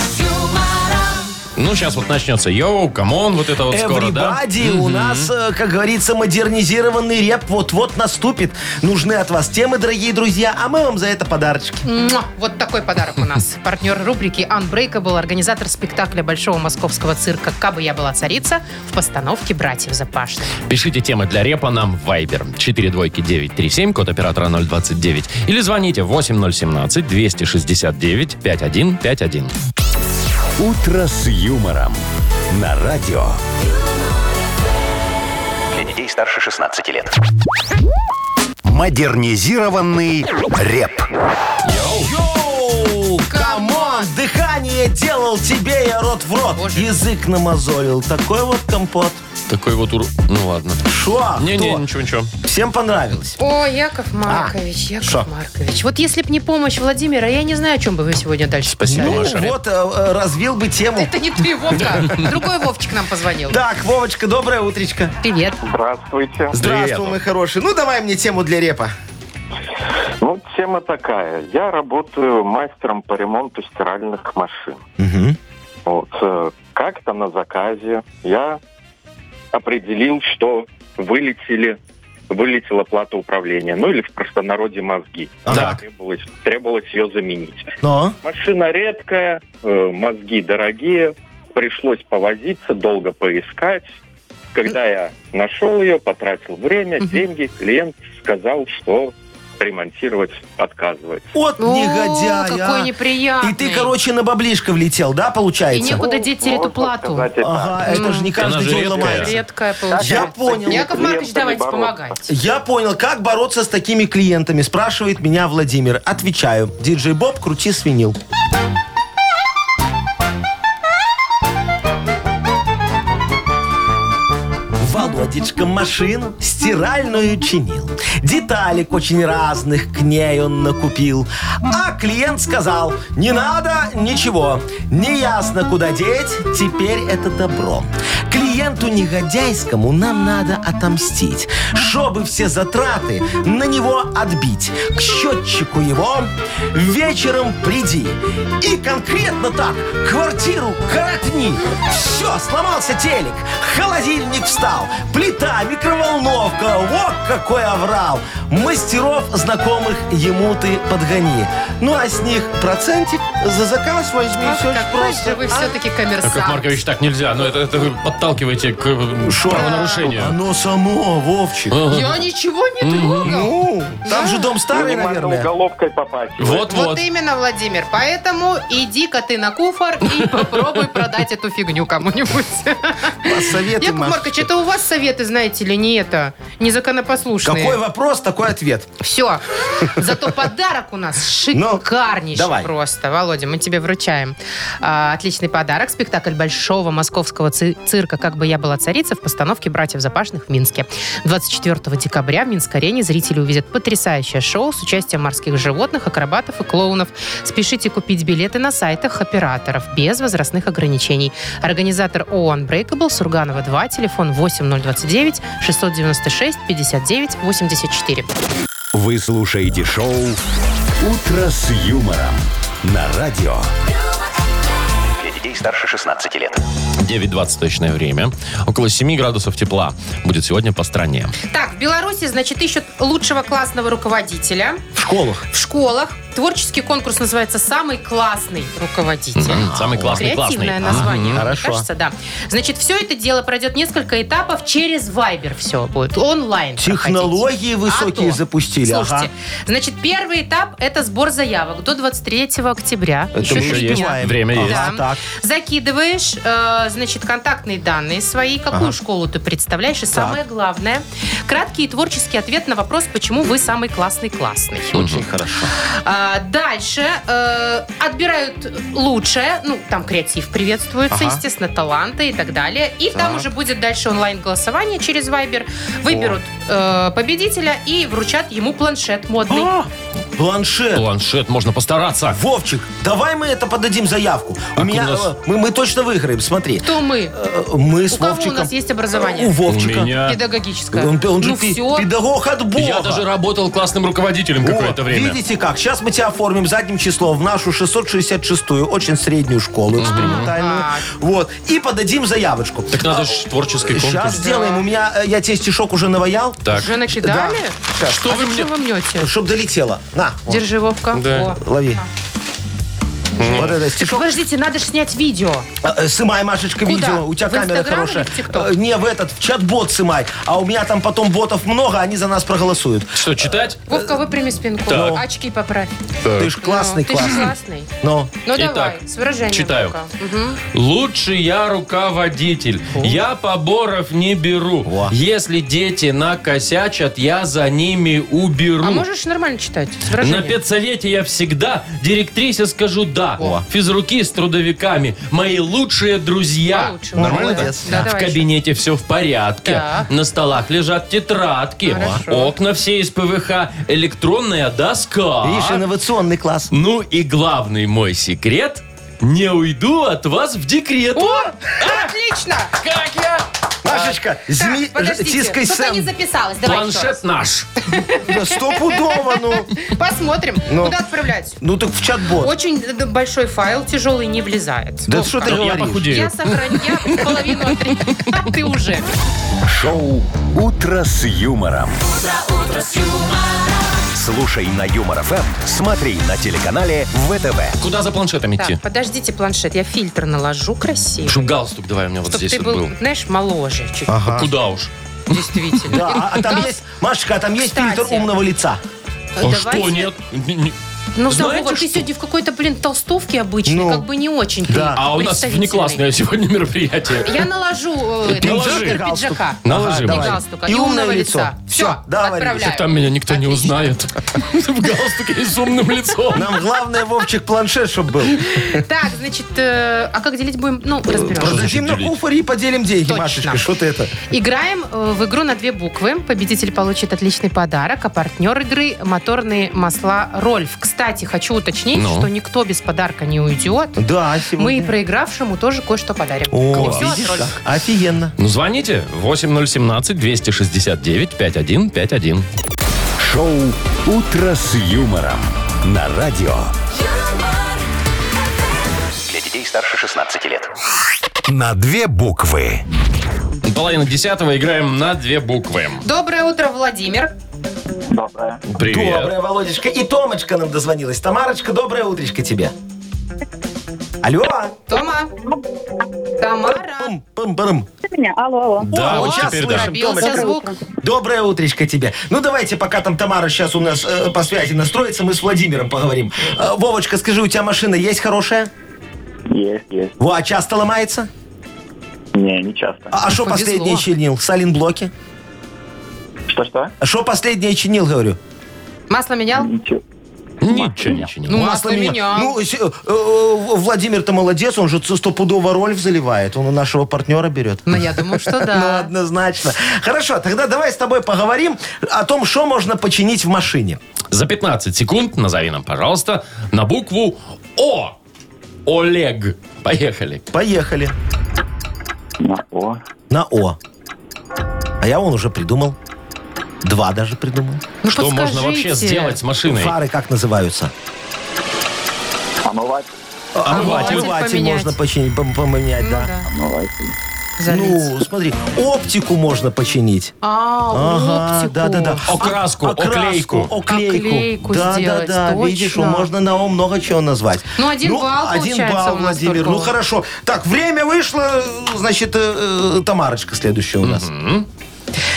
Ну, сейчас вот начнется йоу, камон, вот это вот скоро, да? Everybody у нас, э, как говорится, модернизированный реп вот-вот наступит. Нужны от вас темы, дорогие друзья, а мы вам за это подарочки. Муа! Вот такой подарок у нас. Партнер рубрики Unbreakable, организатор спектакля Большого московского цирка «Кабы я была царица» в постановке «Братьев Запашных». Пишите темы для репа нам в Viber. 4 двойки 937, код оператора 029. Или звоните 8017 269 5151. «Утро с юмором» на радио. Для детей старше 16 лет. Модернизированный реп. Йоу, камон, дыхание делал тебе я рот в рот. Язык намазолил, такой вот компот. Такой вот ур... Ну, ладно. Шо? Не-не, Кто? ничего, ничего. Всем понравилось. О, Яков Маркович, Яков А, шо? Маркович. Вот если б не помощь Владимира, я не знаю, о чем бы вы сегодня дальше Спасибо, писали. Ну, Маша. вот, э, э, развил бы тему. Это не ты, Вовка. Другой Вовчик нам позвонил. Так, Вовочка, доброе утречко. Привет. Здравствуйте. Здравствуй, мой хороший. Ну, давай мне тему для репа. Ну, тема такая. Я работаю мастером по ремонту стиральных машин. Вот. э, Как-то на заказе я определил, что вылетели, вылетела плата управления. Ну, или в простонародье мозги. Ага. Требовалось, требовалось ее заменить. Но? Машина редкая, э, мозги дорогие. Пришлось повозиться, долго поискать. Когда я нашел ее, потратил время, Мгм. деньги, клиент сказал, что ремонтировать отказывается. От О, негодяя. какой неприятный. а. И ты, короче, на баблишко влетел, да, И получается? некуда деть теперь эту Можно плату. сказать и так. Ага, это же не Она каждый же день редкая. ломается. Редкая получается. Я понял. Яков Маркович, Клиентами давайте бороться. помогайте. Я понял, как бороться с такими клиентами, спрашивает меня Владимир. Отвечаю, диджей Боб, крути свинил. Володечка машину стиральную чинил. Деталек очень разных к ней он накупил. А клиент сказал, не надо ничего. Неясно, куда деть, теперь это добро. Клиенту негодяйскому нам надо отомстить, чтобы все затраты на него отбить. К счетчику его вечером приди. И конкретно так квартиру коротни. Все, сломался телек, холодильник встал, плита, микроволновка, вот какой оврал. Мастеров знакомых ему ты подгони. Ну а с них процентик за заказ возьми. Ах, все какой просто. же вы а? все-таки Яков коммерсант. Маркович, так нельзя. Но это, это вы подталкиваете к э, Шо? правонарушению. Оно само, Вовчик. ну. Я ничего не трогал. Ну, там же дом старый, Минимально наверное. уголовкой попасть. Ну, Вот-вот. Вот именно, Владимир. Поэтому иди-ка ты на куфор и попробуй продать эту фигню кому-нибудь. Посоветуй, Яков Машечка. Маркович, это у вас советы, знаете ли, не это. Незаконопослушные. Какой вопрос, такой ответ. Все. Зато подарок у нас Ну, шикарнейший давай. просто. Володя, мы тебе вручаем. А, отличный подарок. Спектакль Большого Московского ци- цирка «Как бы я была царица» в постановке «Братьев Запашных» в Минске. 24 декабря в Минск-арене зрители увидят потрясающее шоу с участием морских животных, акробатов и клоунов. Спешите купить билеты на сайтах операторов без возрастных ограничений. Организатор ООО Unbreakable, Сурганова 2, телефон 8029 696 59 84. Вы слушаете шоу «Утро с юмором» на радио. Для детей старше 16 лет. 9.20 точное время. Около 7 градусов тепла будет сегодня по стране. Так, в Беларуси, значит, ищут лучшего классного руководителя. В школах. В школах творческий конкурс называется «Самый классный руководитель». М, Самый классный, классный. Креативное название, Мгм, мне хорошо. кажется, да. Значит, все это дело пройдет несколько этапов через Viber все будет, онлайн проходить. Технологии высокие А то. запустили, ага. Слушайте, значит, первый этап – это сбор заявок до 23 октября. Это Еще мы три еще дня. есть. успеваем. Время Ага, есть. Да. так. Закидываешь, э, значит, контактные данные свои, какую школу ты представляешь, и самое главное, краткий и творческий ответ на вопрос, почему вы самый классный классный. Очень хорошо. А, дальше э, отбирают лучшее, ну, там креатив приветствуется, Ага. естественно, таланты и так далее. И там Так. уже будет дальше онлайн-голосование через Viber. Выберут э, победителя и вручат ему планшет модный. А! Планшет. Планшет, можно постараться. Вовчик, давай мы это подадим заявку. А у меня у нас- э, мы, мы точно выиграем, смотри. Кто мы? Э, Мы с У кого Вовчиком. у нас есть образование? У Вовчика. У меня. Педагогическое. Он, он же ну пе- все. педагог от Бога. Я даже работал классным руководителем какое-то О, время. Видите как? Сейчас мы тебя оформим задним числом в нашу 666-ю, очень среднюю школу экспериментальную. Ага. Вот. И подадим заявочку. Так надо же творческий Сейчас конкурс. сделаем. У меня, э, я тебе стишок уже наваял. Так, Уже накидали? А что вы мне... Что вы мнете? Чтоб долетело. На, вот, Держи, Вовка. Да. Во. лови. Вот это Так стишок. подождите, надо же снять видео. А, э, Сымай, Машечка, Куда? видео. У тебя В камера Инстаграм хорошая. или в ТикТок? Э, Не, в этот, в чат-бот сымай. А у меня там потом ботов много, они за нас проголосуют. Что, читать? Вовка, выпрями спинку. Так. Очки поправь. Ты ж Э, классный, Ну, Ты же классный. классный. Ну, Ну Итак, давай, с выражением. читаю. Вовка. Мгм. Лучше я руководитель. Я поборов не беру. Во. Если дети накосячат, я за ними уберу. А можешь нормально читать? С На выражением. педсовете я всегда директрисе скажу «да». Физруки с трудовиками – мои лучшие друзья. Получше. Нормально, Молодец. да? Да, А, В давай еще. кабинете все в порядке. Так. На столах лежат тетрадки. Хорошо. Окна все из ПВХ. Электронная доска. видишь, инновационный класс. Ну и главный мой секрет – не уйду от вас в декрет. О, отлично! Как я? Машечка, Так, зми, ж- подождите, тискай что-то не Сэм. записалось. Давай еще раз. Планшет наш. Да Стопудово, ну. Посмотрим, Ну. куда отправлять. Ну так в чат-бот. Очень д- большой файл, тяжелый, не влезает. Да Вовка. что ты Я говоришь? похудею. Я сохраню, я половину отрезала. А ты уже. Шоу «Утро с юмором». Слушай на Юмор ФМ, смотри на телеканале ВТВ. Куда за планшетом идти? Так, подождите планшет, я фильтр наложу красиво. Чтоб галстук давай у меня вот Чтоб здесь ты вот был, был. знаешь, моложе чуть, А Куда уж? действительно. Да, а- а там есть, Машечка, а там есть Кстати. фильтр умного лица. А Давайте. что нет? Не- не- Ну, да, Знаете Вова, ты что? сегодня в какой-то, блин, толстовке обычной, Ну. как бы не очень Да. А у нас внеклассное сегодня мероприятие. Я наложу э, Пиджак фильтр и галстук. пиджака. Наложи. И Давай. галстука, И и умного умное лица. лицо. Все, Всё, давай, отправляю. Лариса, Там меня никто не Отлично. узнает. В галстуке и с умным лицом. Нам главное, Вовчик, планшет, чтобы был. Так, значит, э, а как делить будем? Ну, разберемся. Продадим на делить? куфоре и поделим деньги, Точно. Машечка. Что ты это? Играем э, в игру на две буквы. Победитель получит отличный подарок, а партнер игры – моторные масла «Рольфкс». кстати, хочу уточнить, Ну. что никто без подарка не уйдет. Да, Мы и сегодня. проигравшему тоже кое-что подарим. Не О, всё от видишь Рольфа. как? Офигенно. Ну, звоните 8017-269-5151. Шоу «Утро с юмором» на радио. Для детей старше 16 лет. На две буквы. Половина десятого играем на две буквы. Доброе утро, Владимир. Доброе. Привет. Доброе, Володечка. И Томочка нам дозвонилась. Тамарочка, доброе утречко тебе. Алло. Тома. Тамара. Пым-пым-пым. Меня. Алло, алло. Да, О, вот сейчас теперь да. слышим. Пробился Томочка. звук. Доброе утречко тебе. Ну, давайте, пока там Тамара сейчас у нас э, по связи настроится, мы с Владимиром поговорим. Э, Вовочка, скажи, у тебя машина есть хорошая? Есть, есть. Во, а часто ломается? Не, не часто. А что Повезло. последнее чинил? Салинблоки? Что-что? А что последнее чинил, говорю? Масло менял? Ничего. Ничего, ничего. Ну, масло менял. Ну, с- э, э, Владимир-то молодец, он же ц- стопудово роль заливает. Он у нашего партнера берет. Ну, я думаю, что Ну, да. однозначно. Хорошо, тогда давай с тобой поговорим о том, что можно починить в машине. За 15 секунд назови нам, пожалуйста, на букву О. Олег. Поехали. Поехали. О, На О. А я он уже придумал. Два даже придумал. Ну, Что можно подскажите. вообще сделать с машиной? Фары как называются? омывать, Омыватель поменять. можно починить, пом- поменять, Ну, да. да. омывать. Залить. Ну, смотри, оптику можно починить. А, оптику. да, да, да. Окраску, а оклейку. оклейку. Оклейку да, сделать, да, да. Видишь, точно. можно на о много чего назвать. Ну, один балл один получается балл, у нас Владимир. только. Ну, хорошо. Так, время вышло, значит, э, э, Тамарочка следующая у нас.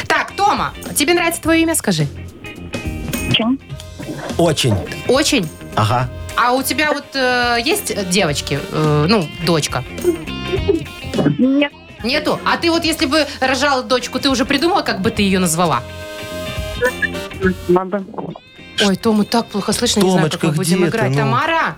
Так, Тома, тебе нравится твое имя, скажи? Чем? Очень. Очень. Ага. А у тебя вот э, есть девочки, э, ну, дочка? Нет. Нету? А ты вот если бы рожала дочку, ты уже придумала, как бы ты ее назвала? Надо. Ой, Тома, так плохо слышно, не знаю, как Томочка, мы будем где играть. ты, ну? Тамара!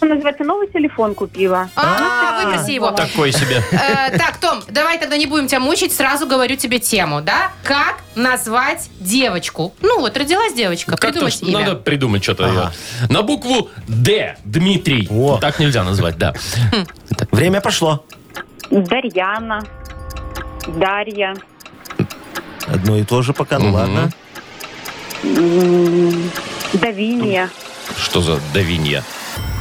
Она Называется, новый телефон купила. А, выброси его. Такой себе. Э, Так, Том, давай тогда не будем тебя мучить, сразу говорю тебе тему, да? Как назвать девочку? Ну вот, родилась девочка, Как-то придумать ж имя. надо придумать что-то. Ага. её. На букву Д. Дмитрий. О. Так нельзя назвать, да. Время пошло. Дарьяна. Дарья. Одно и то же пока, ну Мгм. ладно. м, Давиния. Что за давинья?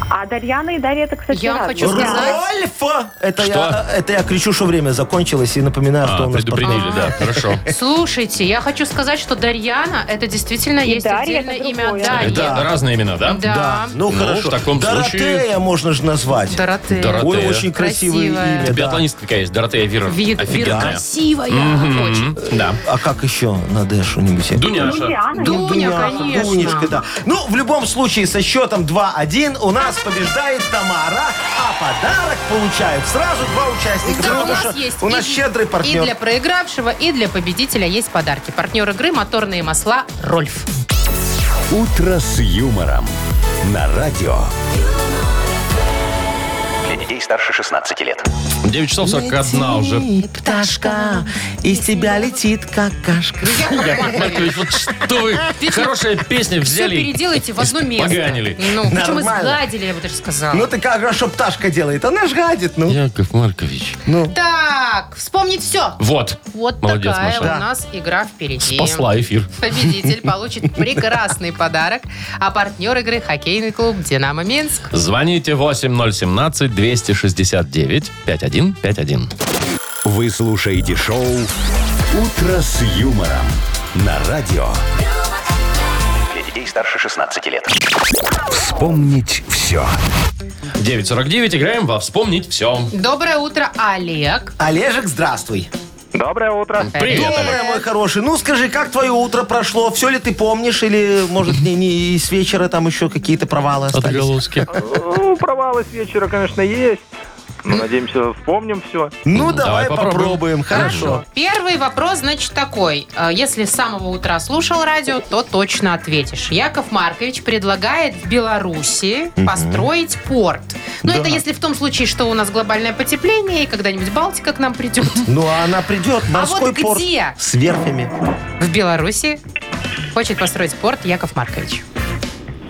А Дарьяна и Дарья это, кстати, Я разные. хочу сказать- Рольфа! Это Что? я, это я кричу, что время закончилось, и напоминаю, что А, у нас предупредили, да, хорошо. Слушайте, я хочу сказать, что Дарьяна, это действительно есть Дарья, отдельное это имя другое. Дарья. Это разные имена, да? Да. Да, ну, Ну, хорошо. в таком случае- Доротея можно же назвать. Доротея. Доротея. Ой, очень красивое Красивая. имя. да. Биатлонистка какая есть, Доротея Вира. Вид, вид Офигенная. красивая. Очень. Мгм, Да. А как еще на Д что-нибудь? Ну, Дуняша. Диана, Дуня, конечно. Дунечка, да. Ну, в любом случае, со счетом 2-1 у нас побеждает Тамара, а подарок получают сразу два участника. Да, потому что у и- нас щедрый партнер. И для проигравшего, и для победителя есть подарки. Партнер игры «Моторные масла Рольф». «Утро с юмором» на радио. Для детей старше 16 лет. 9 часов 41 уже. пташка, из тебя летит какашка. Яков Маркович, вот что вы, хорошая песня Все взяли. и переделайте в одно место. испоганили. Ну, причем Нормально. изгладили, я бы даже сказала. Ну ты как, а что пташка делает? Она ж гадит, ну. Яков Маркович. Так, вспомнить все. Вот. Вот Молодец, такая Маша. у нас игра впереди. Спасла эфир. Победитель получит прекрасный подарок, а партнер игры – хоккейный клуб «Динамо Минск». Звоните 8017-269-5151. Вы слушаете шоу «Утро с юмором» на радио. Для детей старше 16 лет. Вспомнить все. 9.49. Играем во «Вспомнить все». Доброе утро, Олег. Олежек, здравствуй. Доброе утро. Э. Привет, Олег. Доброе, мой хороший. Ну, скажи, как твое утро прошло? Все ли ты помнишь? Или, может, не, не с вечера там еще какие-то провалы остались? Отголоски. Ну, провалы с вечера, конечно, есть. Но надеемся, вспомним все. Ну, Давай давай, попробуем. попробуем. Хорошо. Первый вопрос, значит, такой. Э, Если с самого утра слушал радио, то точно ответишь. Яков Маркович предлагает в Беларуси построить порт. Ну, это если в том случае, что у нас глобальное потепление, и когда-нибудь Балтика к нам придет. Ну, а она придет, морской вот где? порт с верфями. В Беларуси хочет построить порт Яков Маркович.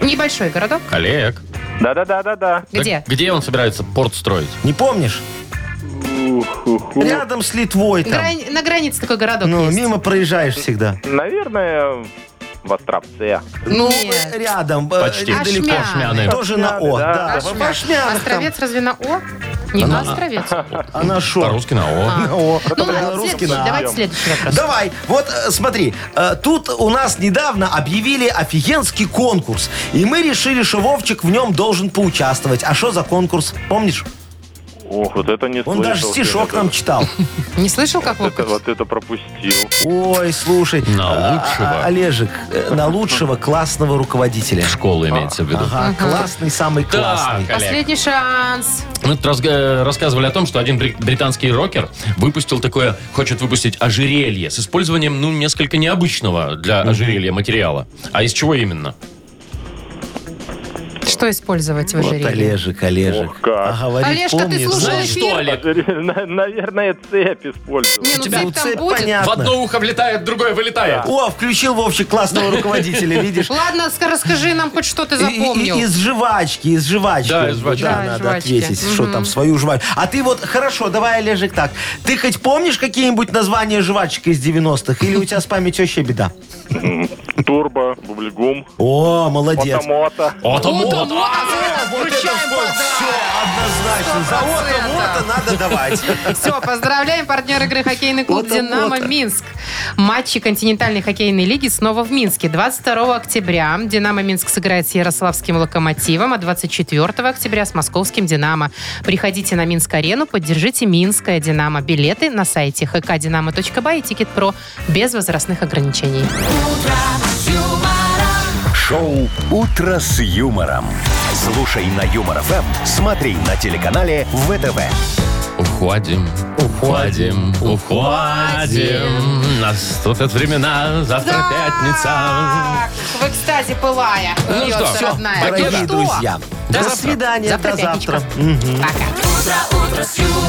Небольшой городок. Олег. Да-да-да-да-да. так Где? Где он собирается порт строить? Не помнишь? Ух, ух, ну, Рядом с Литвой там. Грань- на границе такой городок Ну, есть. мимо проезжаешь всегда. Наверное, в Островце. Ну, Нет. э, рядом. э, Почти. недалеко. Ашмяны. Ашмяны. Тоже на О. Да, Да, Ашмян. в Ашмянах там. Ну, Островец разве на О? Не на Островец. Она А шо? По-русски на О. На О. Ну ладно, По-белорусски следующий. на А. давайте следующий вопрос. Давай, вот э, смотри, э, тут у нас недавно объявили офигенский конкурс, и мы решили, что Вовчик в нем должен поучаствовать. А что за конкурс? Помнишь? Ох, вот это не Он даже слышал, стишок это- нам читал. Не слышал, как Это Вовка? вот это пропустил. Ой, слушай. На а, лучшего. а, Олежек, э, на лучшего классного руководителя. Школа имеется в виду. Ага, классный, самый классный. Так, Олег. Последний шанс. Мы тут разга- рассказывали о том, что один бри- британский рокер выпустил такое, хочет выпустить ожерелье с использованием, ну, несколько необычного для ожерелья материала. А из чего именно? Что использовать в Вот ожерелье? Олежек, Олежек. Ох, как. А говорит, Олежка, ты ну, помнишь, слушал знаешь, эфир? Ну, что, Олег? На- Наверное, цепь использовал. Не, ну тебя цепь там цепь, будет. понятно. В одно ухо влетает, в другое вылетает. О, включил Вовчик классного руководителя, видишь? Ладно, ска- расскажи нам хоть что ты И- и- запомнил. и- Из жвачки, из жвачки. Да, из жвачки. Да, Да, из надо жвачки. ответить, что там свою жвачку. А ты вот, хорошо, давай, Олежек, так. Ты хоть помнишь какие-нибудь названия жвачек из 90-х? Или у тебя с памятью вообще беда? Турбо, бублигум, О, молодец. мотомото. Вот он, вот. Вот он, вот он. О, вот это все, Включаем однозначно. За процентов. вот это надо давать. Все, поздравляем партнер игры хоккейный клуб Вот он, «Динамо» вот он. Минск. Матчи континентальной хоккейной лиги снова в Минске. 22 октября «Динамо Минск» сыграет с Ярославским «Локомотивом», а 24 октября с московским «Динамо». Приходите на Минск-арену, поддержите «Минское Динамо». Билеты на сайте hkdinamo.by и «Тикет.Про» без возрастных ограничений. Шоу «Утро с юмором». Слушай на Юмор ФМ, смотри на телеканале ВТВ. Уходим, уходим, уходим. Нас тут от времена, завтра пятница. Так, Вы, кстати, пылая. Ну Бьется что, всё, родная. пакет. Ну Дорогие что? друзья, До до завтра. свидания, Завтра до пятничка. завтра. Пока. утро, утро с юмором.